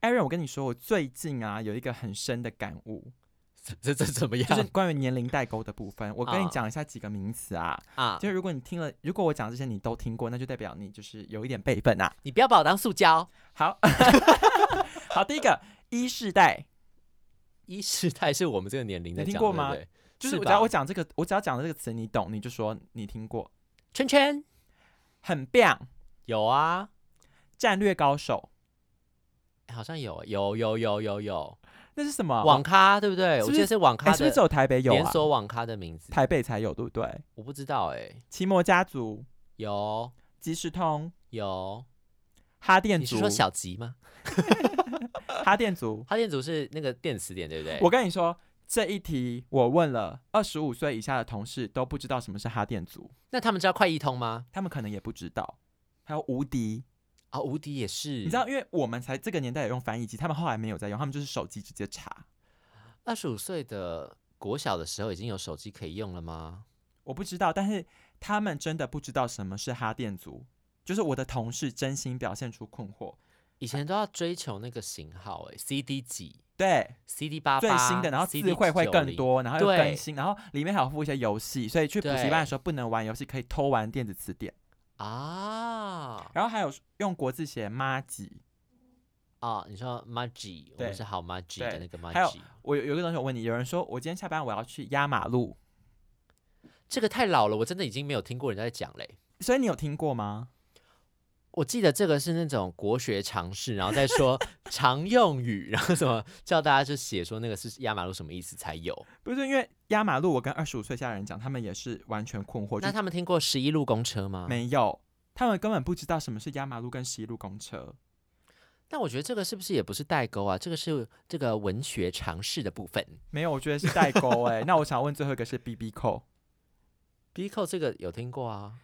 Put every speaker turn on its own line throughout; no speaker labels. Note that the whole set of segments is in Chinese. Aaron，我跟你说，我最近啊有一个很深的感悟，
这这怎么 样、
就是关于年龄代沟的部分。我跟你讲一下几个名词啊，
啊？
就是如果你听了，如果我讲这些你都听过，那就代表你就是有一点辈分啊。
你不要把我当塑胶。
好，好，第一个一世代，
一世代是我们这个年龄在
你听
讲，
过吗
对不对
就是
是
我
吧
只要我讲这个，我只要讲的这个词你懂，你就说你听过，
圈圈
很棒，
有啊，
战略高手，
哎好像有，有，有，有，有，有
那是什么？
网咖，对不对？
是不是
我记得是网
哎、
咖的
是不是只有台北有
连
啊？
锁网咖的名字，
台北才有，对不对？
我不知道哎、
奇摩家族、
有
即时通、
有，
哈电
你是
族、
说小吉吗？
哈电族。
哈电族是那个电词典，对不对？
我跟你说，这一题我问了二十五岁以下的同事都不知道什么是哈电族，
那他们知道快易通吗？
他们可能也不知道。还有无敌，
啊、无敌也是，
你知道，因为我们才这个年代有用翻译机，他们后来没有在用，他们就是手机直接查。
二十五岁的国小的时候已经有手机可以用了吗？
我不知道，但是他们真的不知道什么是哈电族。就是我的同事真心表现出困惑，
以前都要追求那个型号、哎，CD 几
对
，CD 八
最新的，然后字汇会更。多，然后又
对
更新，然后里面还有附一些游戏，所以去补习班的时候不能玩游戏，可以偷玩电子词典。
啊
然后还有用国字写妈吉，
啊！你说 Maggi，我
对
们是好 Maggi 的
对
那个
还有
Maggi，
我有有一个东西我问你，有人说我今天下班我要去压马路，
这个太老了，我真的已经没有听过人家在讲嘞。
所以你有听过吗？
我记得这个是那种国学常识，然后再说 常用语，然后什么叫大家就写说那个是压马路什么意思才有。
不是，因为压马路，我跟二十五岁下的人讲，他们也是完全困惑，就
那
是
他们听过十一路公车吗？
没有，他们根本不知道什么是压马路跟十一路公车。
但我觉得这个是不是也不是代沟啊？这个是这个文学常识的部分。
没有，我觉得是代沟哎、那我想问最后一个是 B B 扣，
B 扣这个有听过啊？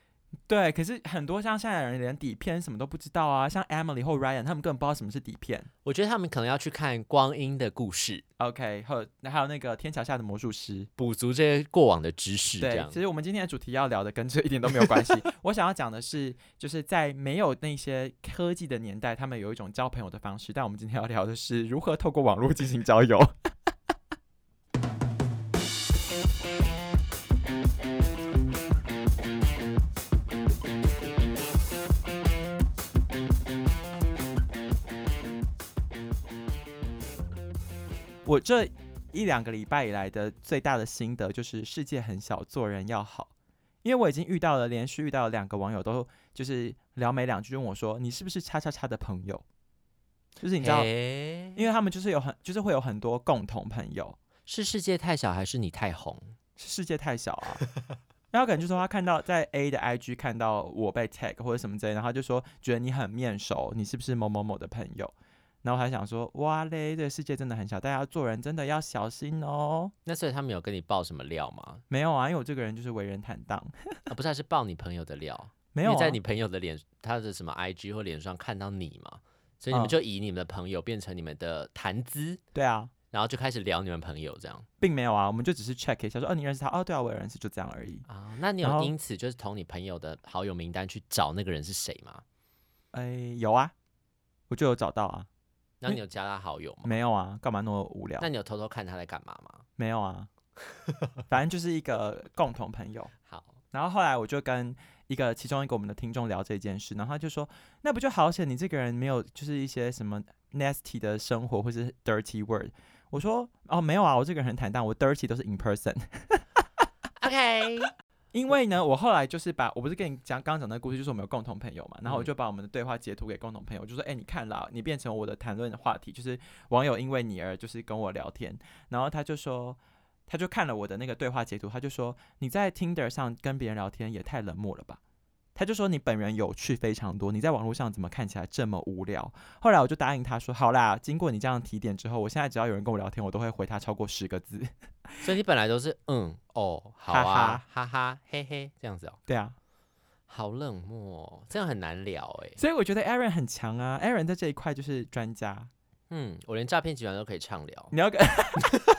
对，可是很多像现在的人连底片什么都不知道啊，像 Emily 或 Ryan 他们根本不知道什么是底片。
我觉得他们可能要去看《光阴的故事》，
OK，还有还有那个天桥下的魔术师，
补足这些过往的知识，这
对，
样
其实我们今天的主题要聊的跟这一点都没有关 系。我想要讲的是，就是在没有那些科技的年代，他们有一种交朋友的方式。但我们今天要聊的是如何透过网络进行交友。 我这一两个礼拜以来的最大的心得就是世界很小，做人要好。因为我已经遇到了，连续遇到了两个网友都就是聊没两句就问我说：“你是不是叉叉叉的朋友？”就是你知道，
嘿
因为他们就是有很就是会有很多共同朋友，
是世界太小还是你太红？
世界太小啊。然后可能就说他看到在 A 的 IG 看到我被 tag 或者什么之类的，然后他就说觉得你很面熟，你是不是某某某的朋友？然后我还想说，哇嘞，这个世界真的很小，大家做人真的要小心哦。
那所以他们有跟你爆什么料吗？
没有啊，因为我这个人就是为人坦荡，
啊、不是，还是爆你朋友的料？
没有、
因
啊、
为在你朋友的脸，他的什么 IG 或脸上看到你嘛，所以你
嗯
们就以你们的朋友变成你们的谈资，
对啊，
然后就开始聊你们朋友这样
并没有啊，我们就只是 check 一下说，哦，你认识他？哦，对啊，我也认识，就这样而已。
啊。那你
然
有
后
因此就是从你朋友的好友名单去找那个人是谁吗？
哎，有啊，我就有找到啊，
然后你有加他好友吗？
没有啊，干嘛那么无聊
那？你有偷偷看他在干嘛吗？
没有 啊，反正就是一个共同朋友。
好，
然后后来我就跟一个其中一个我们的听众聊这件事，然后他就说，那不就好险你这个人没有就是一些什么 nasty 的生活或是 dirty word。我说哦没有啊，我这个人很坦荡，我 dirty 都是 in person。
OK，
因为呢，我后来就是把我不是跟你讲刚刚讲的故事，就是我们有共同朋友嘛，然后我
嗯
就把我们的对话截图给共同朋友，我就说，哎、你看啦，你变成我的谈论的话题，就是网友因为你而就是跟我聊天，然后他就说，他就看了我的那个对话截图，他就说，你在 Tinder 上跟别人聊天也太冷漠了吧。他就说你本人有趣非常多，你在网络上怎么看起来这么无聊？后来我就答应他说，好啦，经过你这样提点之后，我现在只要有人跟我聊天，我都会回他超过十个字。
所以你本来都是嗯哦好
哈
啊哈哈嘿嘿这样子哦，
对啊，
好冷漠、哦，这样很难聊哎。
所以我觉得 Aaron 很强啊，Aaron 在这一块就是专家。
嗯，我连诈骗集团都可以畅聊。
你要跟，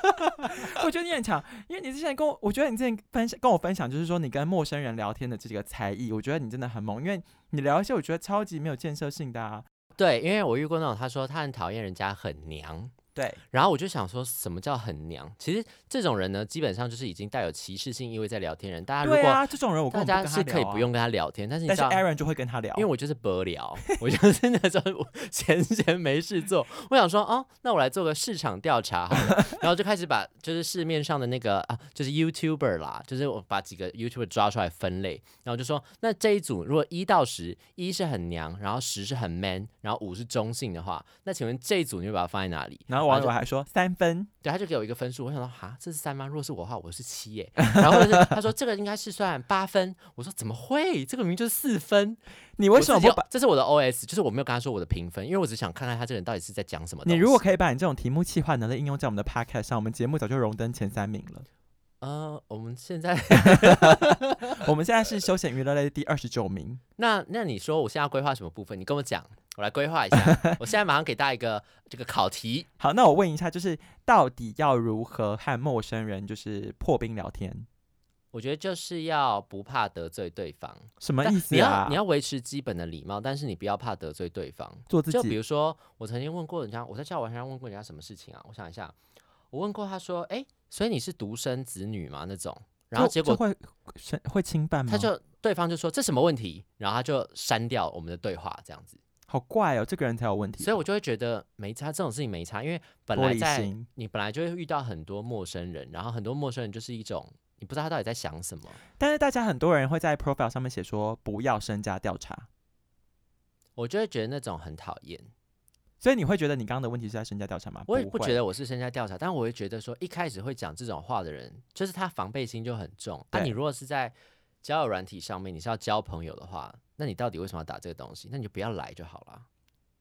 我觉得你很强，因为你之前跟我，我觉得你之前分享跟我分享，就是说你跟陌生人聊天的这个才艺，我觉得你真的很猛，因为你聊一些我觉得超级没有建设性的啊。
对，因为我遇过那种，他说他很讨厌人家很娘，
对，
然后我就想说什么叫很娘？其实这种人呢，基本上就是已经带有歧视性意味在聊天人。大家如
对
果、
啊，这种人我根
大
本
家
跟
是
他
可以
聊
不
啊，
用跟他聊天，但是你
但
知
是
道。
Aaron 就会跟他聊，
因为我就是不聊，我就是那时候闲闲没事做，我想说哦，那我来做个市场调查好了，然后就开始把就是市面上的那个啊，就是 YouTuber 啦，就是我把几个 YouTuber 抓出来分类，然后就说那这一组如果一到十，一是很娘，然后十是很 man，然后五是中性的话，那请问这一组你会把它放在哪里？
然后网
然后
友还说三分，
对，他就给我一个分数，我想到哈，这是三吗？如果是我的话，我是七耶。然后就是他说这个应该是算八分，我说怎么会？这个明明就是四分，
你为什么
我
不
自己有
把？
这是我的 OS，就是我没有跟他说我的评分，因为我只想看看他这个人到底是在讲什么东
你
西。
如果可以把你这种题目企划能力应用在我们的 podcast 上，我们节目早就荣登前三名了。
呃，我们现在
我们现在是休闲娱乐类第二十九名，
那那你说我现在要规划什么部分？你跟我讲，我来规划一下。我现在马上给大家一个这个考题。
好，那我问一下，就是到底要如何和陌生人就是破冰聊天？
我觉得就是要不怕得罪对方，
什么
但
意思
你
啊？
要你要维持基本的礼貌，但是你不要怕得罪对方。
做自
就比
己，
如说，我曾经问过人家，我在教玩上问过人家什么事情啊？我想一下，我问过他说，哎、所以你是独生子女吗？那种，然后
就
结
就
果
会是会侵犯吗？
他就对方就说这什么问题，然后他就删掉我们的对话，这样子。
好怪哦，这个人才有问题。
所以我就会觉得没差，这种事情没差，因为本
玻
来
璃
在
心，
你本来就会遇到很多陌生人，然后很多陌生人就是一种你不知道他到底在想什么。
但是大家很多人会在 profile 上面写说不要身家调查，
我就会觉得那种很讨厌，
所以你会觉得你刚刚的问题是在身家调查吗？
我也
不
不
会
觉得我是身家调查，但我会觉得说，一开始会讲这种话的人，就是他防备心就很重。那、
对
你如果是在交友软体上面，你是要交朋友的话，那你到底为什么要打这个东西？那你就不要来就好了。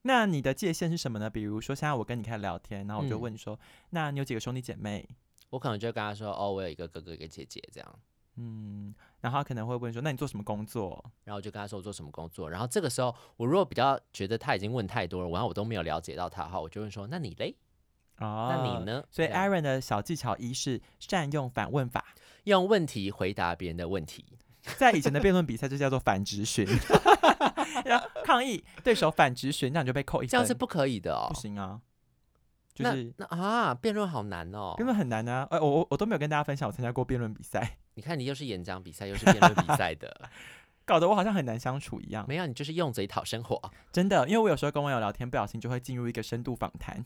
那你的界限是什么呢？比如说，现在我跟你开始聊天，然后我就
嗯
问你说：“那你有几个兄弟姐妹
我可能就跟他说，哦，我有一个哥哥，一个姐姐这样。？”
嗯，然后他可能会问说：“那你做什么工作
然后我就跟他说我做什么工作，然后这个时候我如果比较觉得他已经问太多了，然后我都没有了解到他的话，我就会说那你嘞，？”
哦，
那你？呢？
所以
这样
Aaron 的小技巧一是善用反问法，
用问题回答别人的问题，
在以前的辩论比赛就叫做反直 询，然后抗议对手反直询，那你就被扣一分，
这样是不可以的哦
不。行啊，就是
那那啊，辩论好难哦。
辩论很难啊。呃，我我我都没有跟大家分享我参加过辩论比赛，
你看你又是演讲比赛又是辩论比赛的，
搞得我好像很难相处一样。
没有你就是用嘴讨生活，
真的，因为我有时候跟网友聊天，不小心就会进入一个深度访谈，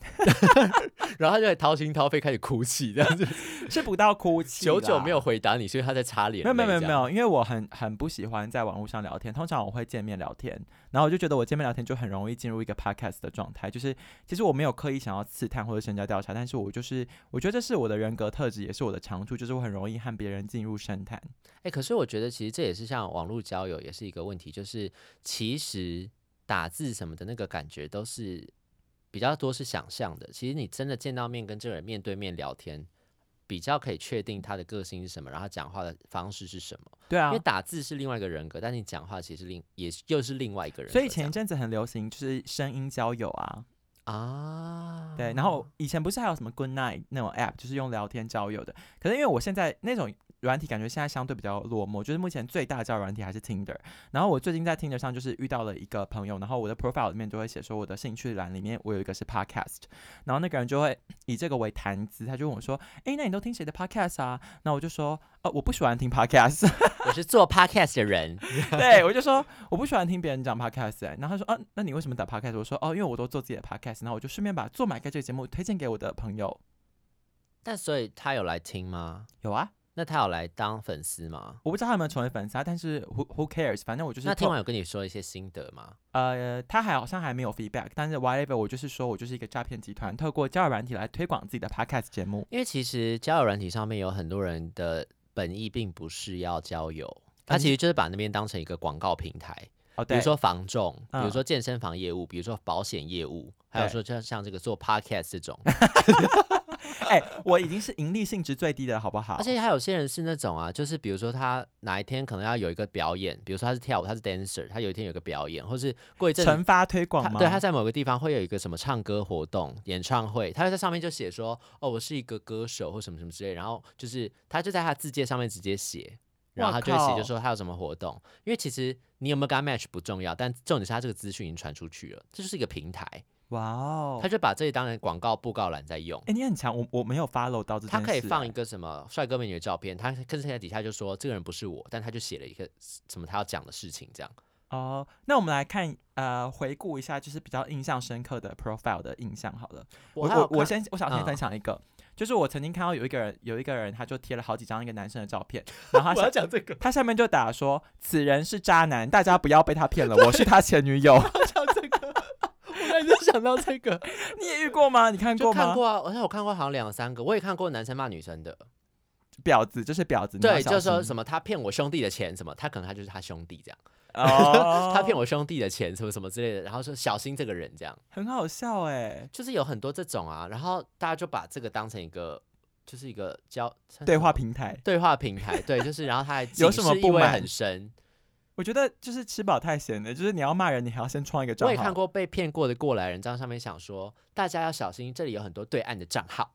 然后他就会掏心掏肺开始哭泣，这样子
是不到哭泣，
久久没有。回答你，所以他在擦脸
没有
泪这
没有
样。
没有没有，因为我很很不喜欢在网络上聊天，通常我会见面聊天，然后我就觉得我见面聊天就很容易进入一个 podcast 的状态，就是其实我没有刻意想要刺探或者深交调查，但是我就是我觉得这是我的人格特质，也是我的长处，就是我很容易和别人进入深谈。
哎、可是我觉得其实这也是像网络交友也是一个问题，就是其实打字什么的那个感觉都是比较多是想象的。其实你真的见到面跟这个人面对面聊天，比较可以确定他的个性是什么，然后他讲话的方式是什么。
对啊
因为，打字是另外一个人格，但你讲话其实另也是又是另外一个人格这
所以
样。
前一阵子很流行就是声音交友啊，
啊，
对，然后以前不是还有什么 Good Night 那种 app，就是用聊天交友的。可是因为我现在那种软体，感觉现在相对比较落寞，就是目前最大的交友软体还是 Tinder。然后我最近在 Tinder 上就是遇到了一个朋友，然后我的 profile 里面就会写说我的兴趣栏里面我有一个是 podcast，然后那个人就会以这个为谈资，他就问我说：“诶，那你都听谁的 podcast 啊？”那我就说：“哦，我不喜欢听 podcast。”
我是做 podcast 的人，
对，我就说我不喜欢听别人讲 podcast，、欸、然后他说，啊，那你为什么打 podcast？我说，哦，因为我都做自己的 podcast，然后我就顺便把做买盖这个节目推荐给我的朋友。
但所以他有来听吗？
有啊，
那他有来当粉丝吗？
我不知道他有没有成为粉丝啊，但是 who who cares，反正我就是
那听
透
完有跟你说一些心得吗？
呃，他还好像还没有 feedback，但是 whatever，我就是说我就是一个诈骗集团，透过交友软体来推广自己的 podcast 节目，
因为其实交友软体上面有很多人的本意并不是要交友，他
嗯
其实就是把那边当成一个广告平台，
哦，
比
对，
如说房仲，比如
嗯
说健身房业务，比如说保险业务，还有
对
说像像这个做 podcast 这种，
哎、我已经是盈利性质最低的了，好不好？
而且还有些人是那种啊，就是比如说他哪一天可能要有一个表演，比如说他是跳舞，他是 dancer，他有一天有一个表演，或是过一阵子
惩罚推广
他
吗？
对，他在某个地方会有一个什么唱歌活动、演唱会，他就在上面就写说，哦，我是一个歌手或什么什么之类，然后就是他就在他字界上面直接写，然后
哇
他就会写
靠
就说他有什么活动，因为其实你有没有跟他 match 不重要，但重点是他这个资讯已经传出去了，这就是一个平台，
哇哦，
他就把这里当成广告布告栏在用。
哎、你很强，我我没有 follow 到这件事、
他可以放一
诶
个什么帅哥美女的照片，他可是在底下就说这个人不是我，但他就写了一个什么他要讲的事情，这样
哦。那我们来看呃，回顾一下就是比较印象深刻的 profile 的印象好了。我
还有
我我
看
先我想先
嗯
分享一个，就是我曾经看到有一个人有一个人他就贴了好几张一个男生的照片，然后他 下
我要讲这个，
他下面就打说此人是渣男，大家不要被他骗 了，我是他前女友。
讲这 个，我刚才就想到这个，
你也遇过吗？你看
就
过吗？
看过啊，而且我看过好像两三个，我也看过男生骂女生的，
婊子就是婊子，
对，就是说
么
什么他骗我兄弟的钱，什么他可能他就是他兄弟这样，
哦
他骗我兄弟的钱，什么什么之类的，然后说小心这个人这样，
很好笑哎、
就是有很多这种啊，然后大家就把这个当成一个就是一个交
对话
平。
平台，
对话平台，对，就是然后他还
有什么
警示
不
意味
满
很深。
我觉得就是吃饱太闲了，就是你要骂人，你还要先创一个账
我也
号。
看过被骗过的过来人，账上面想说，大家要小心，这里有很多对岸的账号。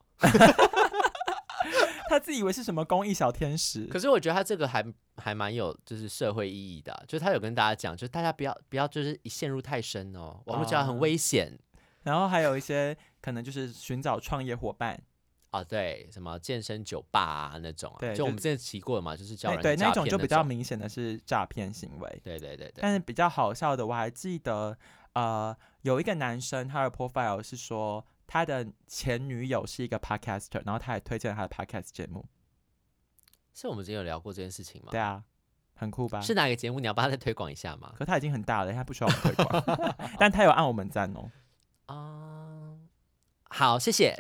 他自以为是什么公益小天使
可，是我觉得他这个还还蛮有就是社会意义的啊，就是他有跟大家讲，就是大家不要不要就是陷入太深哦，网络交友很
啊
危险
然后还有一些可能就是寻找创业伙伴，
啊、对，什么健身酒吧啊那种啊，
哦对
就我
就
们之前提过的嘛，就是叫
那
人
哎对
诈
那种
骗
就比较明显的是诈骗行为。
对对对对，
但是比较好笑的，我还记得，呃，有一个男生他的 profile 是说他的前女友是一个 podcaster，然后他还推荐了他的 podcast 节目。
是我们之前有聊过这件事情吗
对？啊，很酷吧？
是。哪个节目？你要帮他再推广一下吗？
可他已经很大了，他不需要我们推广， 但他有按我们赞哦。
啊、好，谢谢。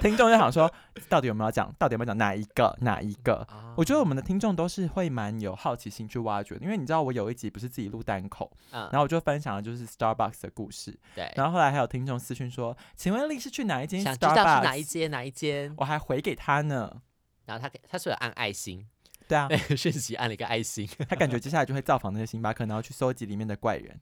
听众就想说，到底有没有讲？到底有没有讲哪一个？哪一个？
啊
我觉得我们的听众都是会蛮有好奇心去挖掘的，因为你知道我有一集不是自己录单口，
嗯
然后我就分享了就是 Starbucks 的故事，
对，
然后后来还有听众私讯说，请问丽是去哪一间
想
Starbucks？
知道是哪一间哪一间，
我还回给他呢。
然后他给他是有按爱心，
对啊，
那个 讯息按了一个爱心。
他感觉接下来就会造访那些星巴克，然后去搜集里面的怪人。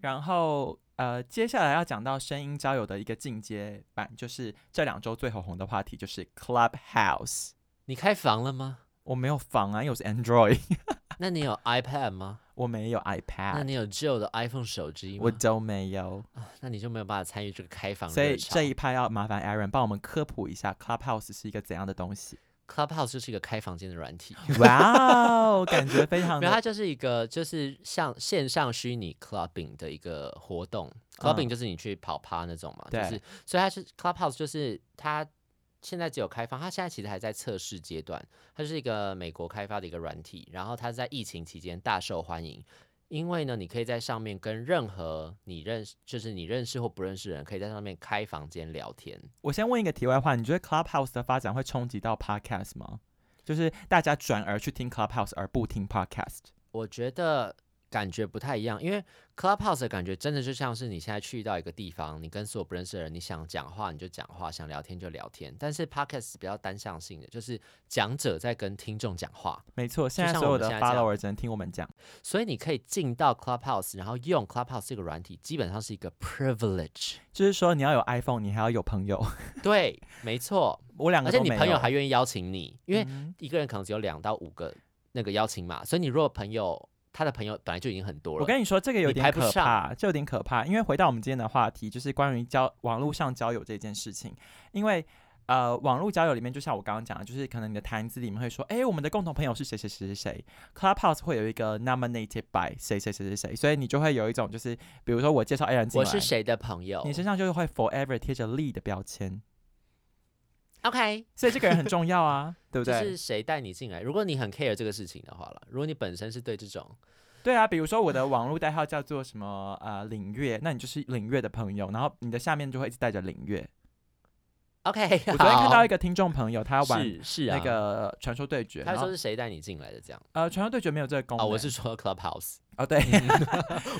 然后呃，接下来要讲到声音交友的一个进阶版，就是这两周最火红的话题就是 Clubhouse。
你开房了吗？
我没有房啊，因为我是 Android，
那你有 iPad 吗？
我没有
那
iPad，
你有旧的 iPhone 手机吗？
我都没有，
啊那你就没有办法参与这个开房
所以
热潮。
这一趴要麻烦 Aaron 帮我们科普一下 Clubhouse 是一个怎样的东西。
Clubhouse 就是一个开房间的 软体，
哇哦，感觉非常
没有，它
的
就是一个就是像线上虚拟 clubbing 的一个活动。clubbing 就是你去跑趴那种嘛，就
嗯对
是所以它是 Clubhouse，就是它现在只有开放，它现在其实还在测试阶段，它是一个美国开发的一个软体，然后它在疫情期间大受欢迎。因为呢，你可以在上面跟任何你认识，就是你认识或不认识的人，可以在上面开房间聊天。
我先问一个题外话，你觉得 Clubhouse 的发展会冲击到 Podcast 吗？就是大家转而去听 Clubhouse 而不听 Podcast？
我觉得感觉不太一样，因为 Clubhouse 的感觉真的就像是你现在去到一个地方，你跟所有不认识的人，你想讲话你就讲话，想聊天就聊天。但是 Podcast 比较单向性的，就是讲者在跟听众讲话，
没错，现在
像
所
我
有
们
的
现在这样
follower 只能听我们讲。
所以你可以进到 Clubhouse，然后用 Clubhouse 这个软体，基本上是一个 privilege。
就是说，你要有 iPhone，你还要有朋友。
对，没错，
我两
而
个
且
都
你
没有。
朋友还愿意邀请你，因为
嗯
一个人可能只有两到五个那个邀请码，所以你如果朋友他的朋友本来就已经很多了，
我跟你说，这个有
你
点
排不
可
上
怕，这有点可怕。因为回到我们今天的话题，就是关于交网络上交友这件事情。因为呃，网络交友里面，就像我刚刚讲的，就是可能你的谈资里面会说，哎，我们的共同朋友是谁谁谁谁谁，Clubhouse 会有一个 nominated by 谁谁谁谁谁，所以你就会有一种就是，比如说我介绍 A 人进
我
来，
是谁哦的朋友
你身上就会 forever 贴着 Lee 的标签，
？OK，
所以这个人很重要啊，对不
就
对？
是谁带你进来？如果你很 care 这个事情的话了，如果你本身是对这种，
对啊，比如说我的网络代号叫做什么呃领月，那你就是领月的朋友，然后你的下面就会一直带着领月。
OK，
我昨天看到一
个
个听众朋友，他要玩
是是啊
那，个传说对决，
他
然
说
后
是谁带你进来的这样
呃传说对决没有这个功
哦，
能，
我是嗯 说 Clubhouse，
哦对，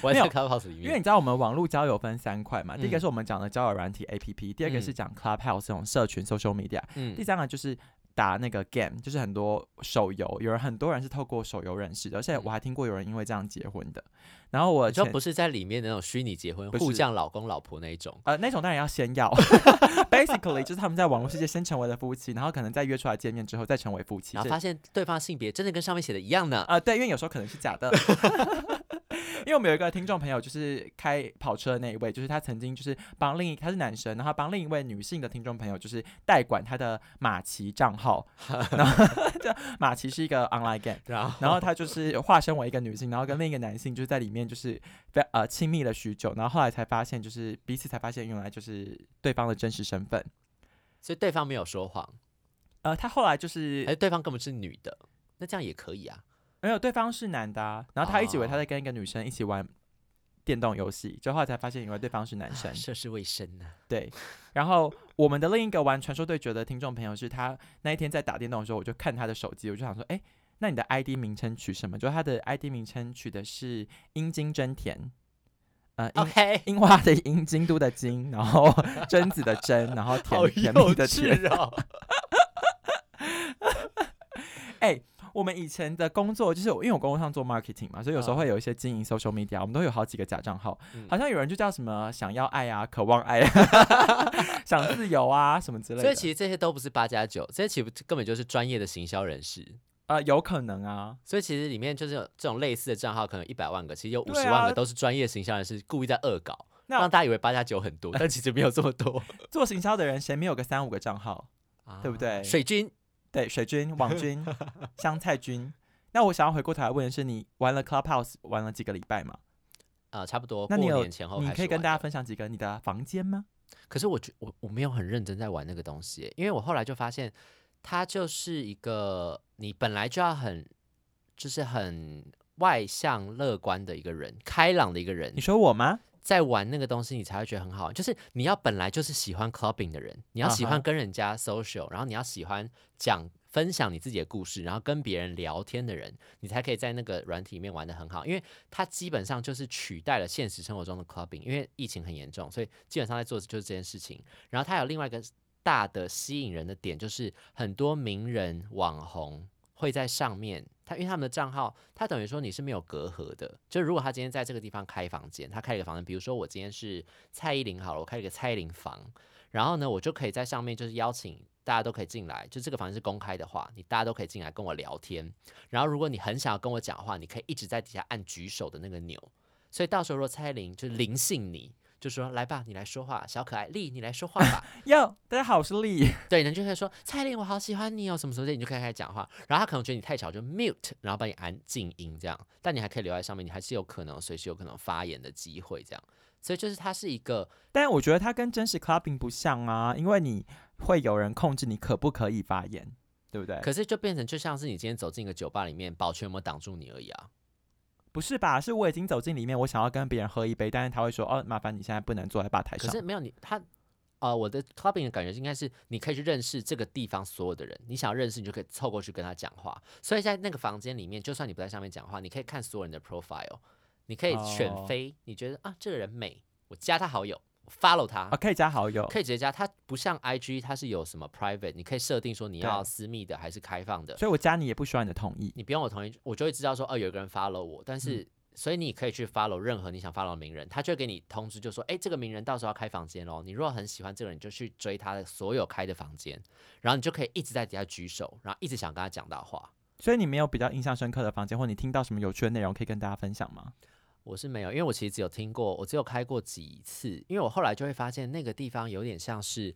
我
没
在
有
Clubhouse 里
因为
面，
你知道我们网络交友分三块嘛，第一个
嗯
是我们讲的交友软体 A P P，第二个
嗯
是讲 Clubhouse 这种社群 social media，
嗯
第，三个就是打那个 game，就是很多手游，有人很多人是透过手游认识的，而且我还听过有人因为这样结婚的。然后我
嗯你说
前
不是在里面的那种虚拟结婚，
不
互
是
相老公老婆那一种，
呃，那种当然要先 要 ，basically 就是他们在网络世界先成为了夫妻，然后可能再约出来见面之后再成为夫妻
然后。发现对方性别真的跟上面写的一样呢。
啊、呃，对，因为有时候可能是假的。 因为我们有一个听众朋友，就是开跑车的那一位，就是他曾经就是帮另一他是男生，然后帮另一位女性的听众朋友，就是代管他的马奇账号，然后这马奇是一个 online game，
然后
然后他就是化身为一个女性，然后跟另一个男性就是在里面就是非呃亲密了许久，然后后来才发现就是彼此才发现原来就是对方的真实身份。
所以对方没有说谎，
呃，他后来就是
哎，对方根本是女的，那这样也可以啊。
没有，对方是男的、啊，然后他一直以
哦
为他在跟一个女生一起玩电动游戏，就后来才发现原来对方是男生
啊。涉世未深呢、
对，然后我们的另一个玩传说对决的听众朋友是他那一天在打电动的时候，我就看他的手机，我就想说，哎，那你的 ID 名称取什么？就他的 ID 名称取的是阴茎真田，呃，樱
OK，
樱花的樱，京都的京，然后 贞子的贞，然后
好
甜甜蜜
幼
的甜。
稚哦。
我们以前的工作就是，因为我工作上做 marketing 嘛，所以有时候
嗯
会有一些经营 social media，我们都会有好几个假账号，
嗯
好像有人就叫什么想要爱啊、渴望爱啊、 想自由啊什么之类
所
的。
以其实这些都不是八加九，这些其实根本就是专业的行销人士。
呃，有可能啊，
所以其实里面就是有这种类似的账号，可能一百万个，其实有五
对
十
啊
万个都是专业行销人士故意在恶搞，
那
让大家以为八加九很多，但其实没有这么多，
做行销的人谁没有个三五个账号？ 对不对
啊水军
对，水军、网 军、香菜军。那我想要回过头来问的是，你玩了 Clubhouse 玩了几个礼拜嘛？
啊、差不多
那
过
你有
年前后
你
开
可以
始
跟
哦玩
大家
的
分享几个你的房间吗？
可是我觉我我没有很认真在玩那个东西耶，因为我后来就发现，它就是一个你本来就要很就是很外向、乐观的一个人，开朗的一个人
你，说我吗？
在玩那个东西，你才会觉得很好玩。就是你要本来就是喜欢 clubbing 的人，你要喜
啊哈
欢跟人家 social，、然后你要喜欢讲分享你自己的故事，然后跟别人聊天的人，你才可以在那个软体里面玩的很好。因为它基本上就是取代了现实生活中的 clubbing，因为疫情很严重，所以基本上在做的就是这件事情。然后它有另外一个大的吸引人的点，就是很多名人网红会在上面。他因为他们的账号，他等于说你是没有隔阂的。就如果他今天在这个地方开房间，他开了一个房间，比如说我今天是蔡依林好了，我开了一个蔡依林房，然后呢，我就可以在上面就是邀请大家都可以进来，就这个房间是公开的话，你大家都可以进来跟我聊天。然后如果你很想要跟我讲话，你可以一直在底下按举手的那个钮。所以到时候如果蔡依林就灵性你，就说来吧，你来说话，小可爱丽，你来说话吧。
哟，大家好，我是丽。
对，人就会说蔡琳，我好喜欢你哦，什么什么的，你就可以开始讲话。然后他可能觉得你太吵，就 mute，然后把你按静音这样。但你还可以留在上面，你还是有可能随时有可能发言的机会这样。所以就是它是一个
但我觉得它跟真实 clubbing 不像啊，因为你会有人控制你可不可以发言，对不对？
可是就变成就像是你今天走进一个酒吧里面，保全有没有挡住你而已啊？
不是吧？是我已经走进里面，我想要跟别人喝一杯，但是他会说：“哦，麻烦你现在不能坐在吧台
可
上。
是没有你他。呃，我的 clubbing 的感觉应该是，你可以去认识这个地方所有的人，你想要认识你就可以凑过去跟他讲话。所以在那个房间里面，就算你不在上面讲话，你可以看所有人的 profile，你可以选
哦
妃，你觉得啊这个人美，我加他好友，我 follow 他，
啊，可以加好友。
可以直接加。他不像 IG，它是有什么 private，你可以设定说你
对啊
要私密的还是开放的，
所以我加你也不需要你的同意。
你不用我同意，我就会知道说哦有一个人 follow 我，
嗯
但是。所以你可以去 follow 任何你想 follow 的名人，他就会给你通知，就说，哎、这个名人到时候要开房间喽。你如果很喜欢这个人，你就去追他的所有开的房间，然后你就可以一直在底下举手，然后一直想跟他讲到话。
所以你没有比较印象深刻的房间，或你听到什么有趣的内容可以跟大家分享吗？
我是没有，因为我其实只有听过，我只有开过几次，因为我后来就会发现那个地方有点像是，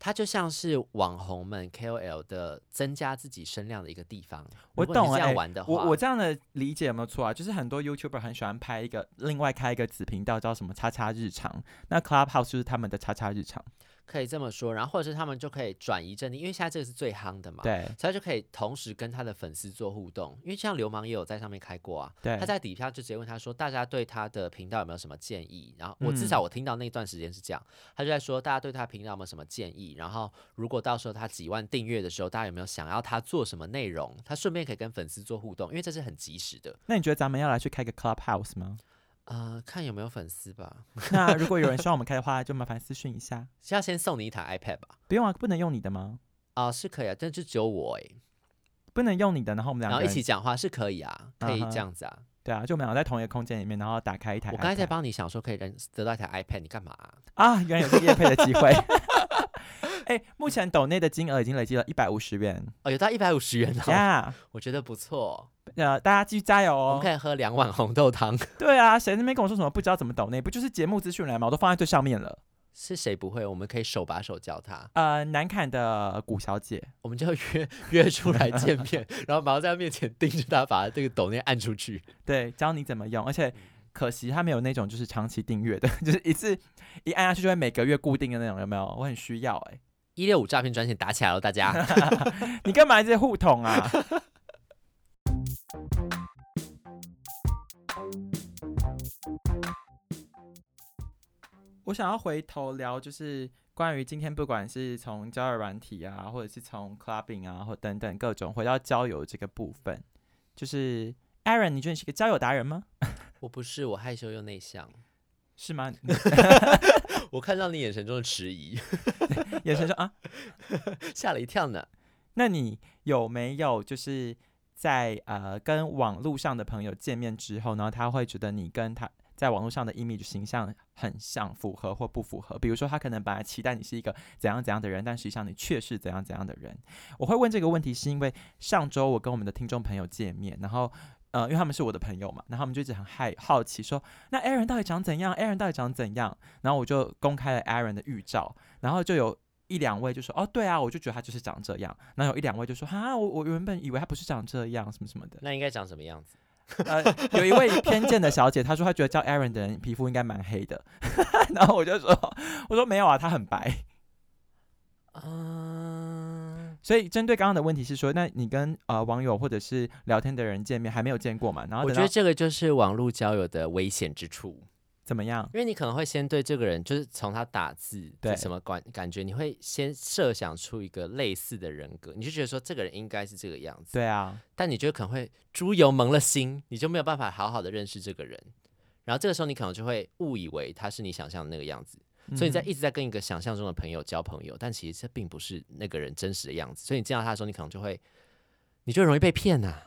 它就像是网红们 KOL 的增加自己声量的一个地方。
我
如果你
懂
是这
欸
样玩的话，
我我这样的理解有没有错啊？就是很多 YouTuber 很喜欢拍一个，另外开一个子频道叫什么“叉叉日常”，那 Clubhouse 就是他们的“叉叉日常
可以这么说，然后或者是他们就可以转移阵地，因为现在这个是最夯的”嘛。。
对。
所以他就可以同时跟他的粉丝做互动，因为像流氓也有在上面开过啊，
对
他在底下就直接问他说，大家对他的频道有没有什么建议？然后我至
嗯
少我听到那段时间是这样，他就在说大家对他频道有没有什么建议？然后如果到时候他几万订阅的时候，大家有没有想要他做什么内容？他顺便可以跟粉丝做互动，因为这是很及时的。
那你觉得咱们要来去开个 Clubhouse 吗？
呃，看有没有粉丝吧，
那如果有人希望我们开的话，就麻烦私讯一下。
是要先送你一台 iPad 吧？
不用啊，不能用你的吗？
啊，是可以啊，但就只有我哎、
不能用你的，然后我们两
然后
个
一
人
起讲话是可以啊，可以
嗯哼
这样子啊。
对啊，就我们两个在同一个空间里面，然后打开一台 iPad。
我刚才在帮你想说可以人得到一台 iPad，你干嘛啊、
啊，原来有这夜配的机会。 哎、目前抖内的金额已经累积了一百五十元
哦，有到一百五十元 哦
呀
我觉得不错。哦
呃，大家继续加油
我
哦
们！可以喝两碗红豆汤，
对啊，谁在那边跟我说什么不知道怎么抖内？不就是节目资讯栏吗？我都放在最上面了。
是谁不会？我们可以手把手教他，
呃，南坎的谷小姐，
我们就约约出来见 面，然后马上在他面前盯着他，把这个抖内按出去。
对，教你怎么用，而且。可惜她没有那种就是长期订阅的， 就是一次一按下去就会每个月固定的那种，有没有？我很需要哎、
一六五诈骗专线打起来了，大家。
你干嘛一直互捅啊？我想要回头聊，就是关于今天，不管是从交友软体啊，或者是从 clubbing 啊，或等等各种，回到交友这个部分，就是 Aaron，你觉得你是个交友达人吗？
我不是，我害羞又内向。
是吗？
我看到你眼神中的迟疑，
眼神说啊，
吓了一跳呢。
那你有没有就是在呃跟网络上的朋友见面之后，然后他会觉得你跟他在网络上的 image 形象很像，符合或不符合？比如说，他可能本来期待你是一个怎样怎样的人，但实际上你却是怎样怎样的人。我会问这个问题，是因为上周我跟我们的听众朋友见面，然后。呃，因为他们是我的朋友嘛，然后他们就一直很害好奇说，那 Aaron 到底长怎样？Aaron 到底长怎样？然后我就公开了 Aaron 的预照，然后就有一两位就说哦，对啊，我就觉得他就是长这样。然后有一两位就说哈，我我原本以为他不是长这样，什么什么的。
那应该长什么样子？
呃，有一位偏见的小姐，她说她觉得叫 Aaron 的人皮肤应该蛮黑的。 然后我就说，我说没有啊，他很白。
嗯，
所以针对刚刚的问题是说，那你跟呃网友或者是聊天的人见面还没有见过嘛？然后
我
等到
觉得这个就是网络交友的危险之处，
怎么样？
因为你可能会先对这个人，就是从他打字
对
什么感感觉，你会先设想出一个类似的人格，你就觉得说这个人应该是这个样子，
对啊，
但你就可能会猪油蒙了心，你就没有办法好好的认识这个人，然后这个时候你可能就会误以为他是你想象的那个样子，所以你在
嗯
一直在跟一个想象中的朋友交朋友，但其实这并不是那个人真实的样子，所以你见到他的时候，你可能就会，你就容易被骗呐、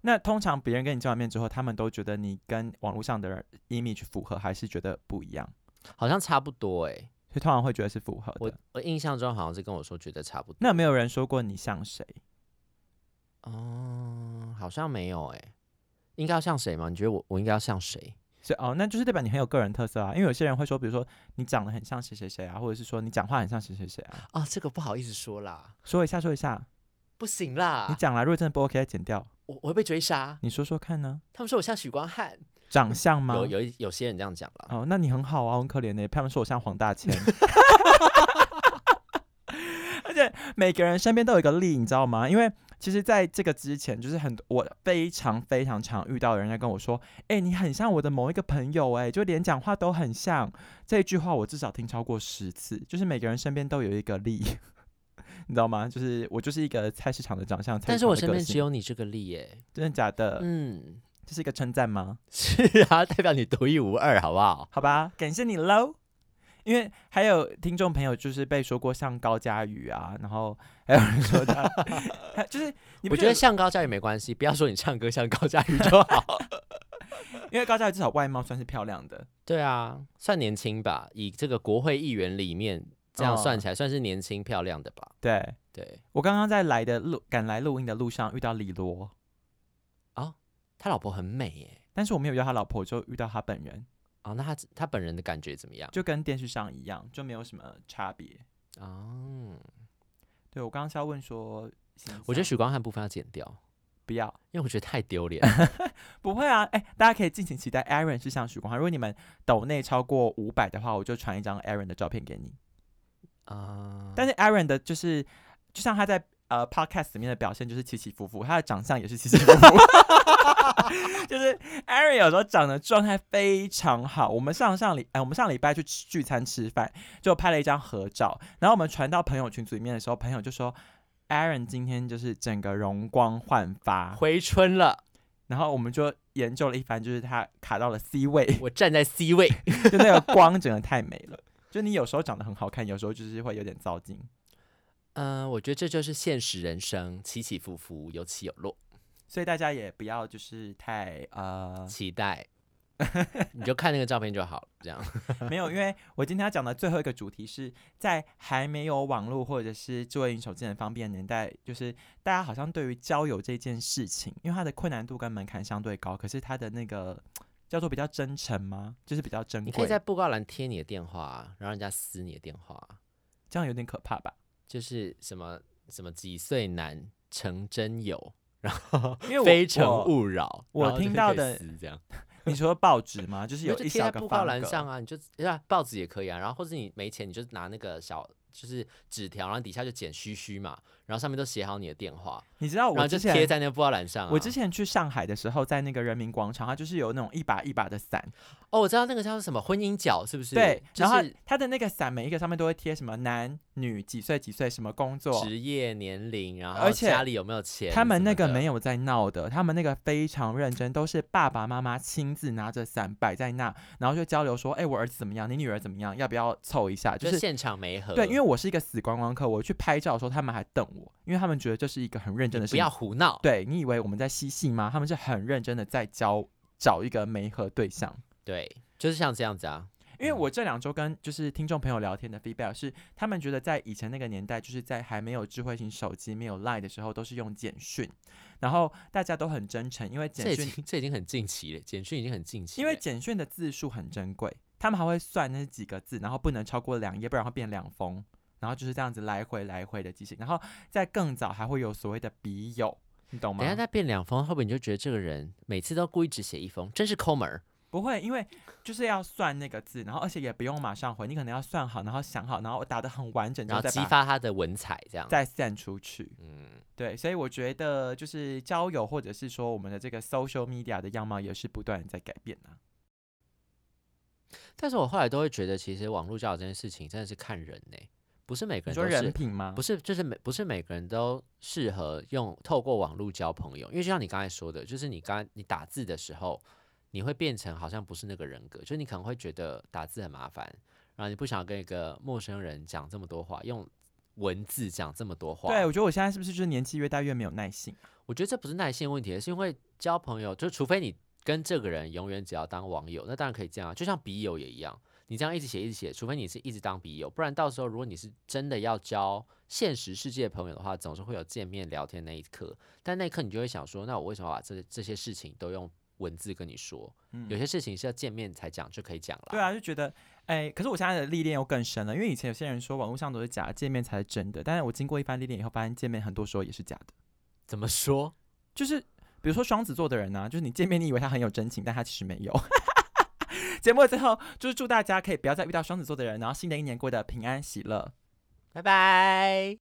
那通常别人跟你见完面之后，他们都觉得你跟网络上的人 image 符合，还是觉得不一样？
好像差不多哎、
所以通常会觉得是符合
我
的。
我印象中好像是跟我说觉得差不多，
那有没有人说过你像谁？
哦，好像没有哎、应该要像谁吗？你觉得我我应该要像谁？
所以哦，那就是代表你很有个人特色啊。因为有些人会说，比如说你长得很像谁谁谁啊，或者是说你讲话很像谁谁谁啊。
啊，这个不好意思说啦，
说一下，说一下，
不行啦，
你讲啦。如果真的不 OK，再剪掉。
我我会被追杀。
你说说看呢？
他们说我像许光汉，
长相吗？
有有一有些人这样讲啦。
哦，那你很好啊，我很可怜的、 他们说我像黄大千。而且每个人身边都有一个例，你知道吗？因为其实在这个之前，就是很多我非常非常常遇到有人在跟我说：“哎、你很像我的某一个朋友、哎，就连讲话都很像。”这一句话我至少听超过十次，就是每个人身边都有一个例， 你知道吗？就是我就是一个菜市场的长相，菜
但
市
是
场
我
的
身
个
边只
性
有你这个例耶、
真的假的？
嗯，
这是一个称赞吗？
是啊，代表你独一无二，好不好？
好吧，感谢你喽。因为还有听众朋友就是被说过像高佳宇啊，然后还有人说 他，他就是你不
我觉
觉
得
得？
像高佳宇没关系，不要说你唱歌像高佳宇就好。
因为高佳宇至少外貌算是漂亮的，
对 啊，算年轻吧，以这个国会议员里面这样算起来，算是年轻漂亮的吧？
对。
对，
我刚刚在来的路赶来录音的路上遇到李罗，
他老婆很美耶。
但是我没有遇到他老婆，就遇到他本人，
哦，那他他本人的感觉怎么样？
就跟电视上一样，就没有什么差别。
哦，
对我刚刚是要问说形象，
我觉得许光汉部分要剪掉，
不要，
因为我觉得太丢 脸了。
不会啊，哎、大家可以尽情期待 Aaron 是像许光汉。如果你们抖内超过五百的话，我就传一张 Aaron 的照片给你。
啊、
但是 Aaron 的就是，就像他在呃 podcast 里面的表现就是起起伏伏，他的长相也是起起伏 伏。就是 Aaron 有时候长的状态非常好。我们上上礼哎、我们上礼拜去吃聚餐吃饭，就拍了一张合照，然后我们传到朋友群组里面的时候，朋友就说 Aaron 今天就是整个容光焕发，
回春了，
然后我们就研究了一番，就是他卡到了 C 位，
我站在 C 位，
就那个光整个太美了。就你有时候长得很好看，有时候就是会有点糟心。
嗯、我觉得这就是现实人生，起起伏伏，有起有落。
所以大家也不要就是太呃，
期待，你就看那个照片就好了。 这样，
没有，因为我今天要讲的最后一个主题是在还没有网络或者是智慧型手机很方便的年代，就是大家好像对于交友这件事情，因为它的困难度跟门槛相对高，可是它的那个叫做比较真诚吗？就是比较珍
你可以
贵，
在布告栏贴你的电话啊，然后人家撕你的电话啊，
这样有点可怕吧？
就是什么什么几岁男成真友，然后
因为我
非诚
我
勿扰，
我
然后就
听
可以
到
被
的
撕这样，
你说报纸吗？就是
你
有
就
一
贴
小
在
个
布告
方
栏
格
上啊，你就对啊，报纸也可以啊，然后或者你没钱，你就拿那个小就是纸条，然后底下就剪须须嘛，然后上面都写好你的电话，
你知道
然
哦我
后就
之
贴
前。
在那个布告栏上、啊。
我之前去上海的时候，在那个人民广场，它就是有那种一把一把的伞，
哦，我知道那个叫什么婚姻角，是不是？
对，
就
然后
是
它的那个伞每一个上面都会贴什么男女几岁几岁什么工作，
职业、年龄，然后
而且
家里有没有钱什么的。
他们那个没
有
有在闹的，他们那个非常认真，都是爸爸妈妈亲自拿着伞摆在那，然后就交流说，哎、我儿子怎么样，你女儿怎么样，要不要凑一下？就
就是现呃场没合。
对，因为我是一个死观光客，我去拍照的时候，他们还瞪我，因为他们觉得这是一个很认真的事
不
情
要。胡闹。
对你以为我们在嬉戏吗？他们是很认真的在交找一个媒合对象。
对，就是像这样子啊。
因为
嗯
我这两周跟就是听众朋友聊天的 feedback 是，他们觉得在以前那个年代，就是在还没有智慧型手机、没有 Line 的时候，都是用简讯，然后大家都很真诚，因为
这
简
已
讯，
经这已经很近期了，简讯已经很近期
因
了。
为简讯的字数很珍贵，他们还会算那是几个字，然后不能超过两页，不然会变两封，然后就是这样子来回来回的进行，然后在更早还会有所谓的笔友，你懂吗
等一？下再变两封，会不会你就觉得这个人每次都故意只写一封，真是抠门儿？
不会，因为就是要算那个字，然后而且也不用马上回，你可能要算好，然后想好，然后打得很完整，之
然
后
后
再
激
把
发他的文采这样。
再散出去。
嗯，
对，所以我觉得就是交友，或者是说我们的这个 social media 的样貌也是不断地在改变啊。
但是我后来都会觉得，其实网络交友这件事情真的是看人呢、不是每个
你
人
说
都
人
是
品吗？
不
是，
是，就是每不是每个人都适合用透过网络交朋友，因为就像你刚才说的，就是你刚你打字的时候，你会变成好像不是那个人格，就是你可能会觉得打字很麻烦，然后你不想跟一个陌生人讲这么多话，用文字讲这么多话。
对我觉得我现在是不是就是年纪越大越没有耐性？啊
我觉得这不是耐性问题，是因为交朋友，就除非你跟这个人永远只要当网友，那当然可以这样啊，就像笔友也一样，你这样一直写一直写，除非你是一直当笔友，不然到时候如果你是真的要交现实世界朋友的话，总是会有见面聊天那一刻，但那一刻你就会想说，那我为什么要把这这些事情都用文字跟你说？
嗯
有些事情是要见面才讲就可以讲了。
对啊，就觉得，哎，可是我现在的历练又更深了，因为以前有些人说网络上都是假的，见面才是真的，但是我经过一番历练以后，发现见面很多时候也是假的，
怎么说？
就是比如说双子座的人呢、就是你见面你以为他很有真情，但他其实没有。 节目的最后就是祝大家可以不要再遇到双子座的人，然后新的一年过得平安喜乐。
拜拜。